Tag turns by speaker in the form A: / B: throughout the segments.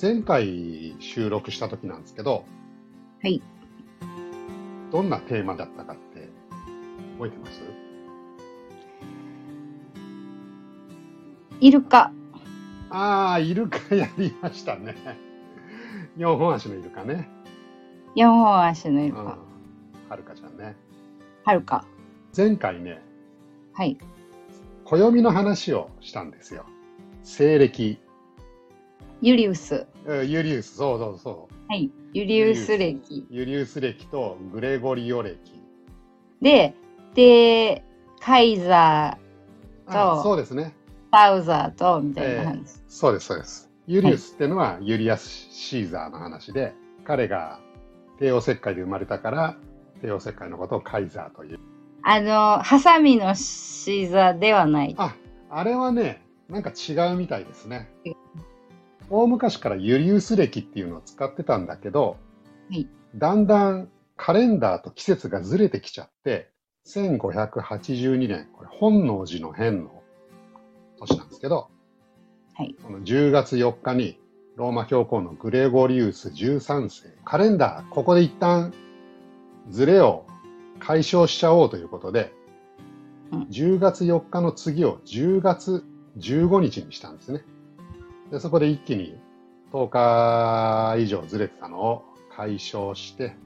A: 前回収録した時なんですけど、
B: はい。
A: どんなテーマだったかって覚えてます
B: イルカ。
A: ああ、イルカやりましたね。4本足のイルカね。
B: 四本足のイ
A: う
B: ル
A: ん。
B: カ。
A: はるかちゃんね。
B: はるか。
A: 前回ね、
B: はい。
A: 暦の話をしたんですよ。西暦、
B: ユリウス。
A: うんユリウス、そうそうそう。
B: はい。ユリウス歴。
A: ユリウス暦とグレゴリオ暦。
B: で、で、カイザ
A: あ
B: そう
A: そうですね。
B: ー、バウザーと、みたいな話。
A: そうです、そうです。ユリウスってのはユリアス・シーザーの話で、彼が帝王切開で生まれたから、帝王切開のことをカイザーという。
B: あの、ハサミのシーザーではない。
A: あ、あれはね、なんか違うみたいですね。大昔からユリウス暦っていうのを使ってたんだけど、
B: はい
A: だんだんカレンダーと季節がずれてきちゃって、1582年、これ本能寺の変の年なんですけど、
B: はい
A: この10月4日にローマ教皇のグレゴリウス13世、カレンダー、ここで一旦ずれを解消しちゃおうということで、
B: うん
A: 10月4日の次を10月15日にしたんですね。でそこで一気に10日以上ずれてたのを解消して、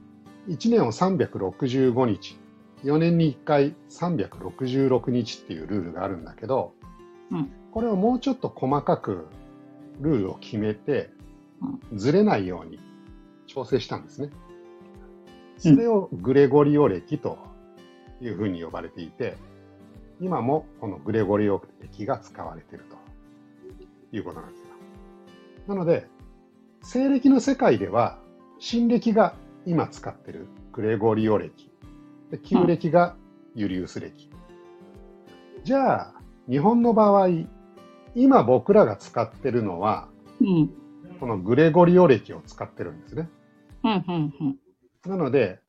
A: 1年を365日、4年に1回366日っていうルールがあるんだけど、
B: うん
A: これをもうちょっと細かくルールを決めて、ずれないように調整したんですね。それをグレゴリオ暦というふうに呼ばれていて、今もこのグレゴリオ暦が使われているということなんですよ。なので、西暦の世界では、新暦が今使ってるグレゴリオ暦、で旧暦がユリウス暦。じゃあ、日本の場合、今僕らが使ってるのは、
B: うん。
A: このグレゴリオ暦を使ってるんですね。
B: うん、うん、うん。
A: なので、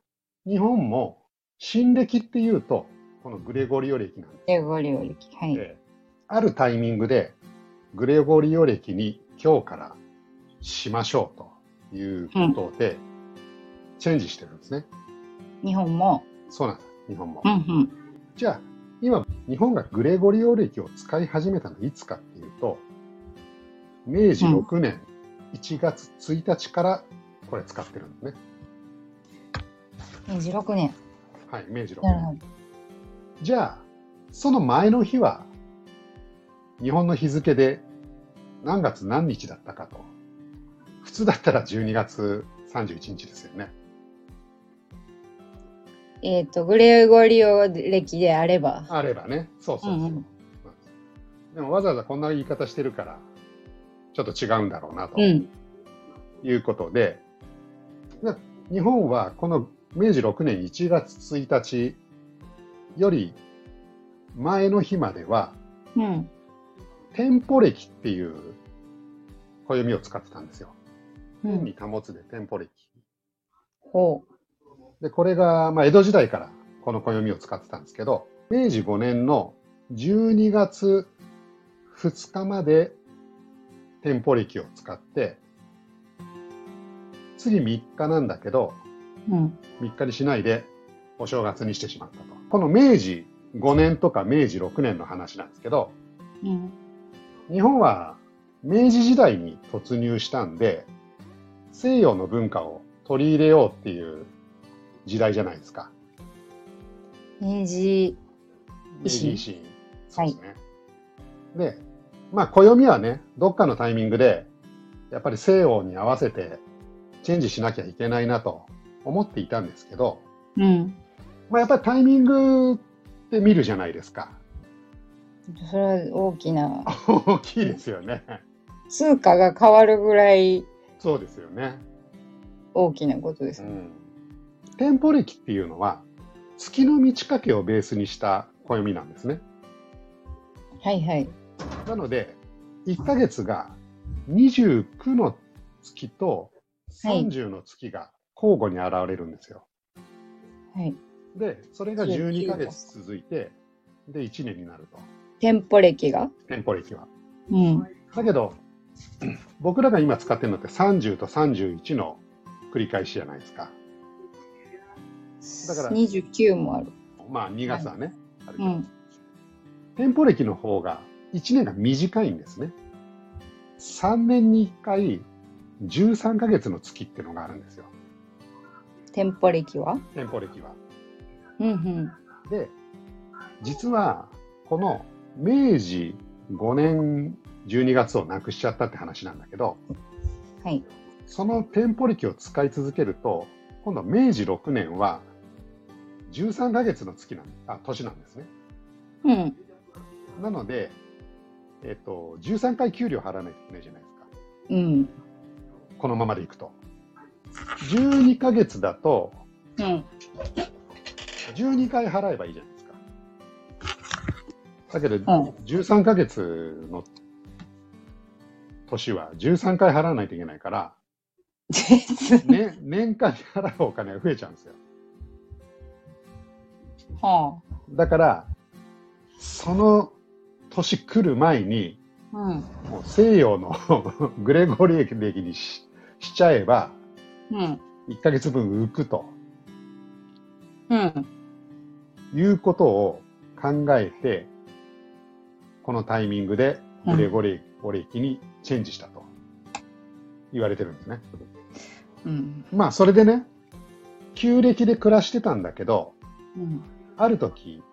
A: 日本も新暦っていうと、このグレゴリオ暦なんです
B: で、ゴリゴリ。はい。
A: ええあるタイミングでグレゴリオ暦に今日からしましょうということで、チェンジしてるんですね。
B: 日本も。
A: そうなんです、日本も。
B: うん、うん。
A: じゃあ、今、日本がグレゴリオ暦を使い始めたのいつかっていうと、明治6年1月1日からこれ使ってるんですね。
B: 26年。
A: はい、明治6
B: なる
A: 年
B: ほ。ど。
A: じゃあ、その前の日は、日本の日付で何月何日だったかと。普通だったら12月31日ですよね。
B: えっ、と、グレゴリオ歴であれば。
A: あればね。そうそうそう。
B: うんうん
A: でもわざわざこんな言い方してるから、ちょっと違うんだろうなと
B: うん。
A: いうことで、で日本はこの明治6年1月1日より前の日までは、
B: うん。
A: 店舗歴っていう暦を使ってたんですよ。
B: う
A: 天
B: ん。
A: に保つで天保暦。
B: ほう。
A: で、これが、まあ、江戸時代からこの暦を使ってたんですけど、明治5年の12月2日まで天保暦を使って、次3日なんだけど、
B: うん。
A: 3日にしないでお正月にしてしまったと。この明治5年とか明治6年の話なんですけど、
B: うん。
A: 日本は明治時代に突入したんで、西洋の文化を取り入れようっていう時代じゃないですか。
B: 明治
A: 明
B: 維新
A: 治維新。そうですね。で、まあ、暦はね、どっかのタイミングで、やっぱり西洋に合わせてチェンジしなきゃいけないなと思っていたんですけど、
B: うん
A: まあ、やっぱりタイミングって見るじゃないですか。
B: それは大きな
A: 大きいですよね。
B: 通貨が変わるぐらい
A: そうですよね。
B: 大きなことです、
A: 店舗歴っていうのは月の満ち欠けをベースにした暦なんですね
B: はいはい
A: なので1ヶ月が29の月と
B: はい
A: 30の月が交互に現れるんですよ、
B: はい
A: でそれが
B: 19
A: 12ヶ月続いてで1年になると
B: 店舗歴が
A: 店舗歴は
B: うん
A: だけど僕らが今使ってるのって30と31の繰り返しじゃないですか。だから
B: 29もある。
A: まあ2月はね、あるけ
B: う
A: ど
B: ん。
A: 店舗歴の方が1年が短いんですね。3年に1回13ヶ月の月っていうのがあるんですよ、
B: 店舗歴は
A: 店舗歴は。
B: うんうん。
A: で、実はこの明治5年12月をなくしちゃったって話なんだけど、
B: はい。
A: その店舗歴を使い続けると、今度は明治6年は13ヶ月の月なんあ年なんですね。
B: うん。
A: なので、えっと、13回給料払わないといけないじゃないですか。
B: うん。
A: このままでいくと。12ヶ月だと、
B: うん。
A: 12回払えばいいじゃないですか。だけど、
B: ん
A: 13ヶ月の年は13回払わないといけないから、
B: です。
A: ね、 年間に払うお金が増えちゃうんですよ。
B: は
A: だから、その年来る前に、
B: あ。うん。
A: もう西洋の グレゴリエ歴にししちゃえば、
B: うん。
A: 1ヶ月分浮くと
B: うん。
A: いうことを考えて、このタイミングでグレゴリエ歴にチェンジしたと言われてるんですね。
B: うん。
A: まあ、それでね、旧暦で暮らしてたんだけど、
B: うん。
A: ある時、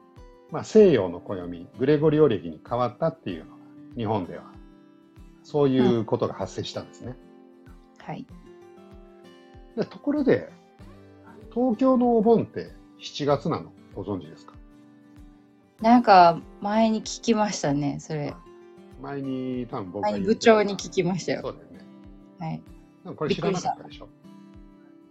A: まあ、西洋の暦、グレゴリオ暦に変わったっていうのが、日本では、そういうことが発生したんですね。
B: はい。
A: でところで、東京のお盆って7月なのご存知ですか
B: なんか、前に聞きましたね、それ。
A: 前に多分僕が
B: 前
A: 言
B: に
A: う
B: 部長に聞きましたよ。
A: そうだよね。
B: はい。
A: なんかこれ知らなかったでしょ。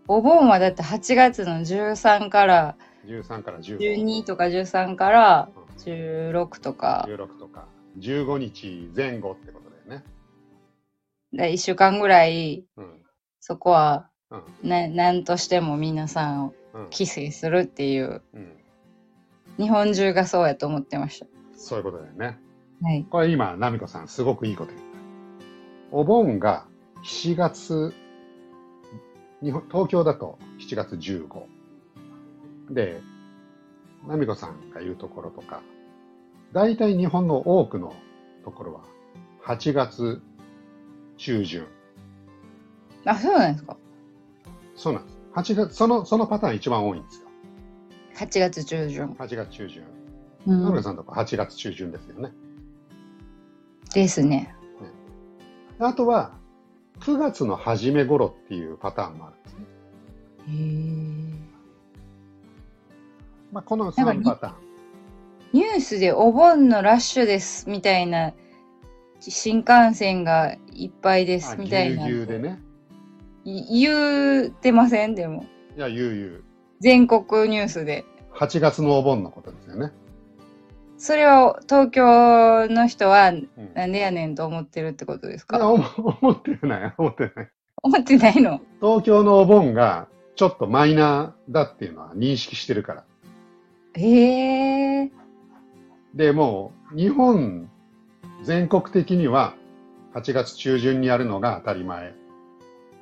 B: お盆はだって8月の13から
A: 13から15
B: 12とか13から
A: うん
B: 16とか、
A: 16とか、15日前後ってことだよね。
B: 1週間ぐらい
A: うん。
B: そこは
A: うん。
B: な何としても皆さんを
A: うん。
B: 帰省するっていう
A: うん。
B: 日本中がそうやと思ってまし
A: そういうことだよね。
B: た。はい。
A: これ今、ナミコさん、すごくいいこと言った。お盆が7月、日本東京だと7月15。で、ナミコさんが言うところとか、大体日本の多くのところは8月中旬。
B: あ、そうなんですか。
A: そうなんです。8月、その、そのパターン一番多いんですよ。
B: 8月中旬。
A: 8月中旬。
B: う
A: ナミコ
B: ん、
A: さんのとこ8月中旬ですよね。
B: ですね。
A: あとは、9月の初め頃っていうパターンもあるんですね。
B: へー
A: まあ、この
B: なん
A: 3
B: か
A: パターン。
B: ニュースでお盆のラッシュですみたいな新幹線がいっぱいですみたい
A: あ
B: な
A: ぎゅうぎゅうでね。
B: い言うてませんでも
A: いや、ゆうゆ
B: 全国ニュースで
A: う。8月のお盆のことですよね。
B: それは東京の人は
A: うん、い
B: なんでやねんと思ってるってことです
A: や
B: か
A: 思 思ってない、思ってない。
B: 思ってないの
A: 東京のお盆がちょっとマイナーだっていうのは認識してるから。
B: へえ
A: で、もう、日本全国的には8月中旬にやるのが当たり前。
B: っ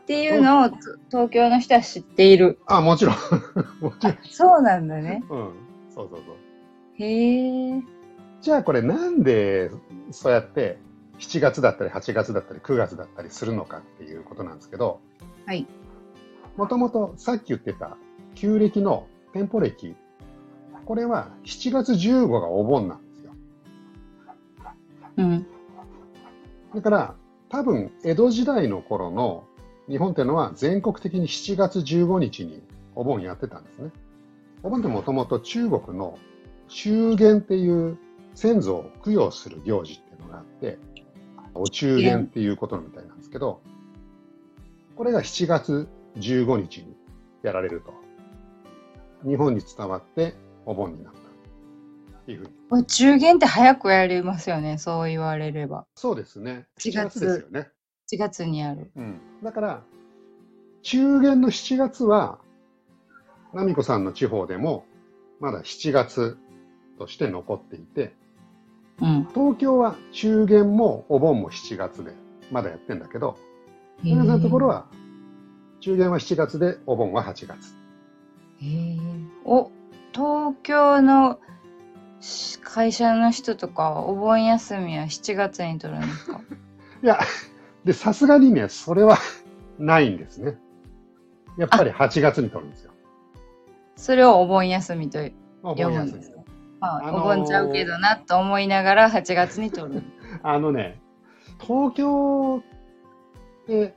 B: ていうのをつ東京の人は知っている
A: あ、もちろん。もちろん。
B: そうなんだね
A: うん。そうそうそう。
B: へえ
A: じゃあこれなんでそうやって7月だったり8月だったり9月だったりするのかっていうことなんですけど、
B: はい。
A: もともとさっき言ってた旧暦の店舗暦、これは7月15がお盆なんですよ。
B: うん
A: だから多分江戸時代の頃の日本っていうのは全国的に7月15日にお盆やってたんですね。お盆ってもともと中国の中元っていう先祖を供養する行事っていうのがあって、お中元っていうことみたいなんですけど、これが7月15日にやられると。日本に伝わってお盆になった。っていうふうに。
B: お中元って早くやりますよねそう言われれば
A: そうですね。
B: 7
A: 7
B: 月
A: ですよね。
B: 4月にやる
A: うん、だから、中元の7月は、ナミコさんの地方でも、まだ7月として残っていて、
B: うん
A: 東京は中元もお盆も7月で、まだやってんだけど、
B: へえ
A: 皆さんのところは、中元は7月で、お盆は8月。
B: へえお東京のし会社の人とかはお盆休みは7月に取るんですか
A: いや、で、さすがにね、それはないんですね。やっぱり8月に取るんですよ。
B: それをお盆休みと
A: お
B: 読
A: 盆
B: む
A: 休み
B: んですね。はい
A: あのー
B: お盆ちゃうけどなと思いながら8月に取る。
A: あのね、東京って、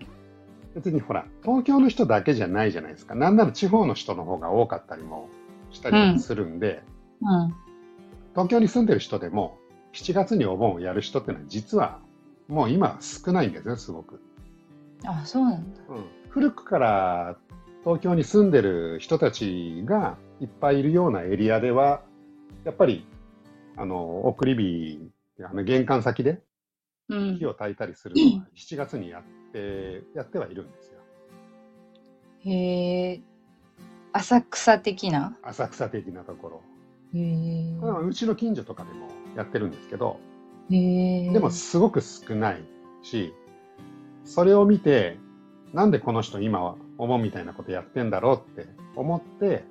A: 別にほら、東京の人だけじゃないじゃないですか。なんなら地方の人の方が多かったりもしたりもするんで、
B: うん。
A: 東京に住んでる人でも、7月にお盆をやる人ってのは、実はもう今少ないんですね、すごく。
B: あ、そうなんだ。
A: 古くから東京に住んでる人たちがいっぱいいるようなエリアでは、やっぱり、あの、送り火、あの玄関先で
B: うん
A: 火。を焚いたりするのは7月にやってやってはいるんですよ
B: へえ。浅草的な。
A: 浅草的なところ、
B: へえ
A: まあうちの近所とかでもやってるんですけど
B: へえ。
A: でもすごく少ないしそれを見てなんでこの人今はお盆みたいなことやってんだろうって思って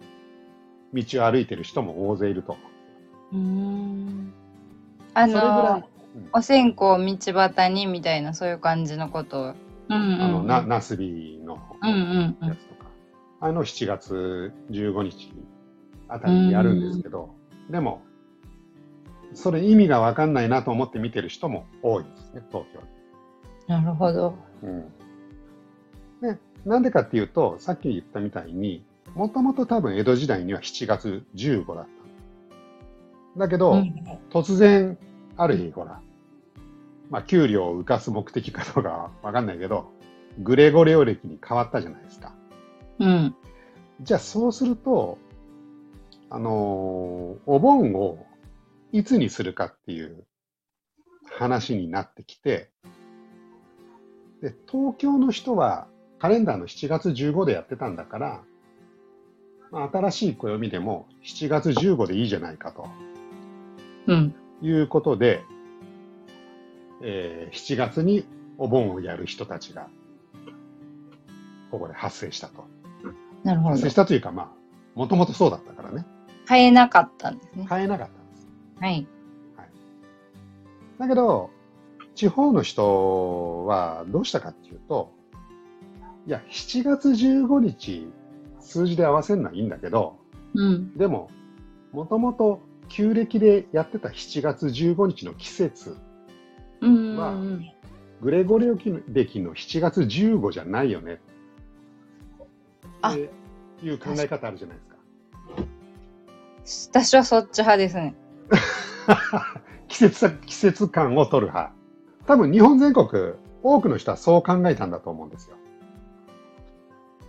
A: 道を歩いてる人も大勢いると
B: うーん。
A: そ
B: あ
A: れぐら
B: の
A: い、うん
B: お線香道端にみたいなそういう感じのことを。うんうん、うん。
A: あのななすびの
B: うんうんうん
A: やつとか、あの7月15日あたりにやるんですけど、でも、それ意味がわかんないなと思って見てる人も多いですね、東京。
B: なるほど。
A: うん、でなんでかっていうと、さっき言ったみたいに、もともと多分江戸時代には7月15だった。だけど、
B: うん
A: 突然、ある日、ほら、まあ、給料を浮かす目的かどうかわかんないけど、グレゴレオ歴に変わったじゃないですか。
B: うん。
A: じゃあ、そうすると、あのーお盆をいつにするかっていう話になってきて、で、東京の人はカレンダーの7月15でやってたんだから、まあ、新しい暦でも7月15でいいじゃないかと。
B: うん。
A: ということで、えー7月にお盆をやる人たちが、ここで発生したと。
B: なるほ
A: 発
B: ど
A: 生し。たというか、まあ、もともとそうだったからね。
B: 変えなかったんですね。
A: 変えなかったんです。
B: はい。
A: だけど、地方の人はどうしたかっていうと、いや、7月15日、数字で合わせるのはいいんだけど、
B: うん。
A: でも、もともと旧暦でやってた7月15日の季節
B: うんうんうん、
A: まあグレゴリオ歴の7月15じゃないよね。
B: あ
A: っていう考え方あるじゃないですか。
B: 私はそっち派ですね。
A: 季節さ、季節感を取る派。多分日本全国、多くの人はそう考えたんだと思うんですよ。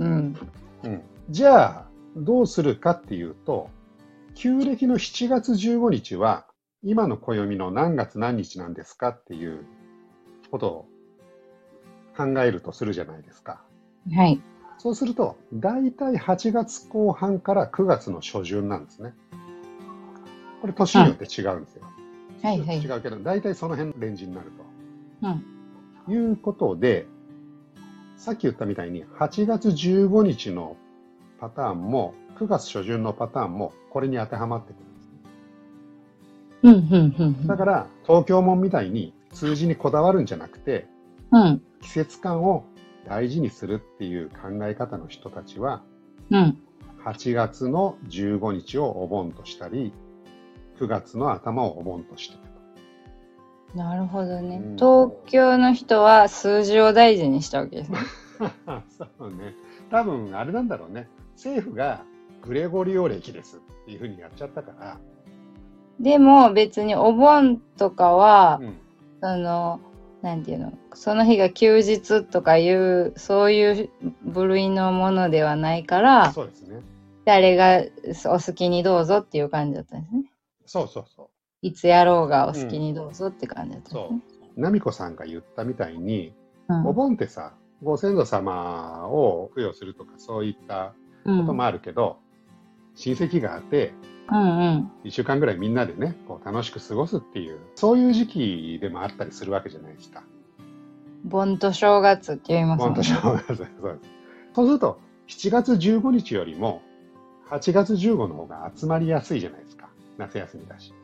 B: うん。
A: うん、じゃあ、どうするかっていうと、旧暦の7月15日は、今の暦の何月何日なんですかっていうことを考えるとするじゃないですか。
B: はい。
A: そうすると、大体8月後半から9月の初旬なんですね。これ、年によって違うんですよ。
B: はいはい
A: 違うけど、大体その辺のレンジになると。
B: うん
A: いうことで、さっき言ったみたいに、8月15日のパターンも、9月初旬のパターンも、これに当てはまってくるんですね。
B: うんうんうん。
A: だから、東京門みたいに数字にこだわるんじゃなくて、
B: ら。うん。
A: 季節感を大事にするっていう考え方の人たちは、
B: うん。
A: 8月の15日をお盆としたり、9月の頭をお盆としてる
B: なるほどね。
A: うん
B: 東京の人は数字を大事にしたわけですね。
A: と。そうね。多分あれなんだろうね。政府がグレゴリオ歴ですっていうふうにやっちゃったか
B: でも別にお盆とかは
A: ら、、うん、
B: その、なんていうの、その日が休日とかいう、そういう部類のものではないから、
A: そうですね。
B: 誰がお好きにどうぞっていう感じだったんですね。
A: そうそうそ
B: いつやろうがお好きにどうぞって感じだったんですね。
A: う。ナミコさんが言ったみたいに、
B: うん
A: お盆ってさ、ご先祖様を供養するとかそういった
B: うん
A: こともあるけど、親戚があって、
B: うんうん。
A: 一週間ぐらいみんなでね、こう楽しく過ごすっていう、そういう時期でもあったりするわけじゃないですか。
B: 盆と正月って言いますも
A: 本
B: ん
A: 当
B: ね。
A: 正月です そうですそうすると、7月15日よりも、8月15の方が集まりやすいじゃないですか。夏休みだし。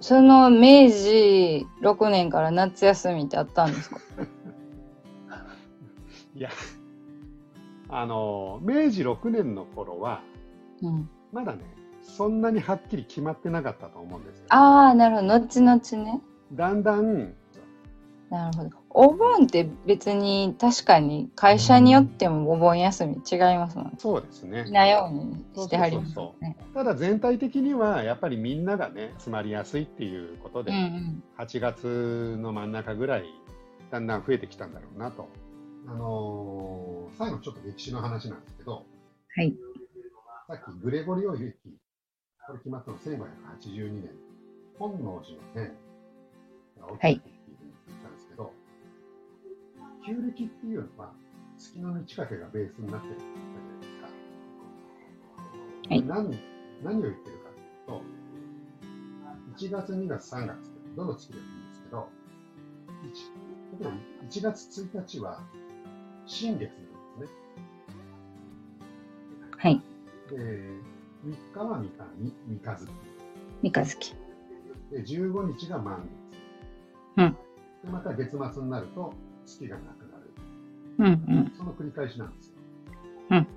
B: その明治6年から夏休みってあったんですか
A: いや、あの、明治6年の頃は、
B: うん。
A: まだね、そんなにはっきり決まってなかったと思うんですよ。
B: ああ、なるほど。後々ね。
A: だんだん、
B: なるほど。お盆って別に確かに会社によってもお盆休み違いますもんね。
A: そうですね
B: 好き。なようにしてはりま
A: そ
B: す
A: うそう
B: もんね。
A: ただ全体的には、やっぱりみんながね、詰まりやすいっていうことで、
B: うんうん。
A: 8月の真ん中ぐらい、だんだん増えてきたんだろうなと。あのー最後ちょっと歴史の話なんですけど、
B: はい。
A: さっきグレゴリオ歴、これ決まったの1582年、本能寺の変が起きたって言ったんですけど、旧暦っていうのは、月の満ち欠けがベースになってるじゃないですか。はい、何何を言ってるかっていうと、1月、2月、3月ってどの月でもいいんですけど、1, 例えば1月1日は新月なんですね。
B: はい。
A: で、3日は三日、み三日月。
B: 三日月。
A: で、15日が満月。
B: うん
A: で、また月末になると月がなくなる。
B: うんうん。
A: その繰り返しなんですよ。
B: うん
A: で、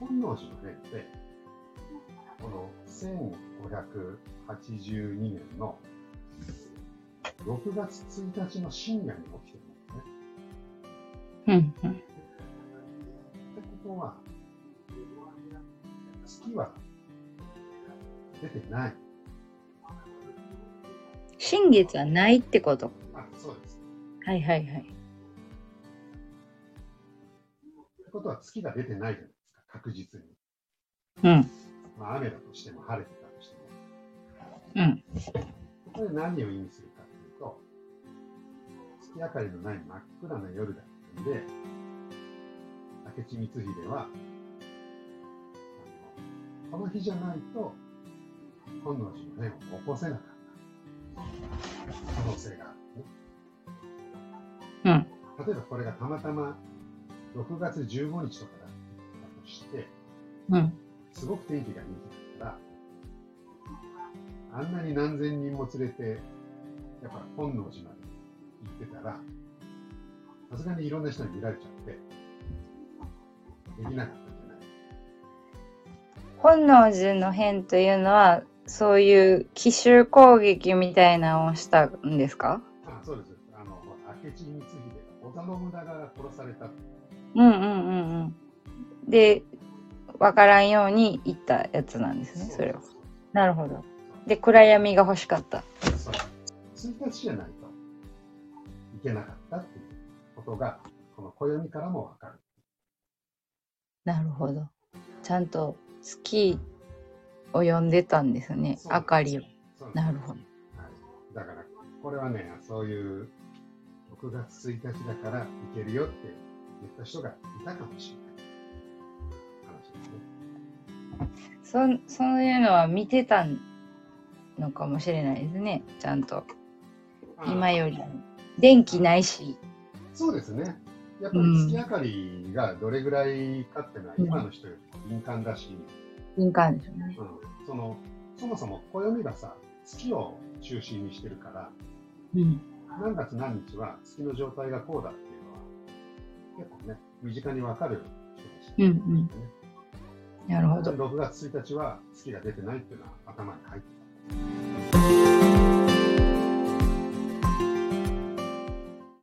A: 本能寺の変って、この1582年の6月1日の深夜に起きてるんですね。
B: うんうん。
A: ってことは、月は出てない。
B: 新月はないってこと。
A: あ、そうです。
B: はいはいはい。
A: ってことは月が出てないじゃないですか、確実に。
B: うん。
A: まあ、雨だとしても晴れてたとしても。
B: うん。
A: これ何を意味するかというと、月明かりのない真っ暗な夜だったんで、明智光秀は、あのこの日じゃないと、本能寺の変を起こせなかった可能性がある、ね。例えばこれがたまたま6月15日とかだったとして、
B: うん。
A: すごく天気がいい日だったら、あんなに何千人も連れて、やっぱ本能寺まで行ってたら、さすがにいろんな人に見られちゃって、できなかったんじゃない
B: 本能寺の変というのはそういう奇襲攻撃みたいなのをしたんですか
A: あそうです。あの、明智光秀が織田信長が殺された。
B: うんうんうんうん。で分からんように言ったやつなんですねそれは。なるほど。で暗闇が欲しかった。
A: そう。1日じゃないといけなかったっていうことが、この暦からもわかる。
B: なるほど。ちゃんと月を呼んでたんですね
A: そう
B: 明かりを。。
A: そう
B: なるほど。
A: はい、だから、これはね、そういう6月1日だから行けるよって言った人がいたかもしれない話ですね。
B: そそういうのは見てたのかもしれないですねちゃんと今より。電気ないし。
A: そうですね。やっぱり月明かりがどれぐらいかっていうのは
B: うん
A: 今の人よりも敏感だし、
B: 敏感でしょうね。
A: うん、そのそもそも暦がさ月を中心にしてるから
B: うん。
A: 何月何日は月の状態がこうだっていうのは結構ね身近にわかる人たち、
B: うんうんなるほど。
A: 6月1日は月が出てないっていうのは頭に入ってた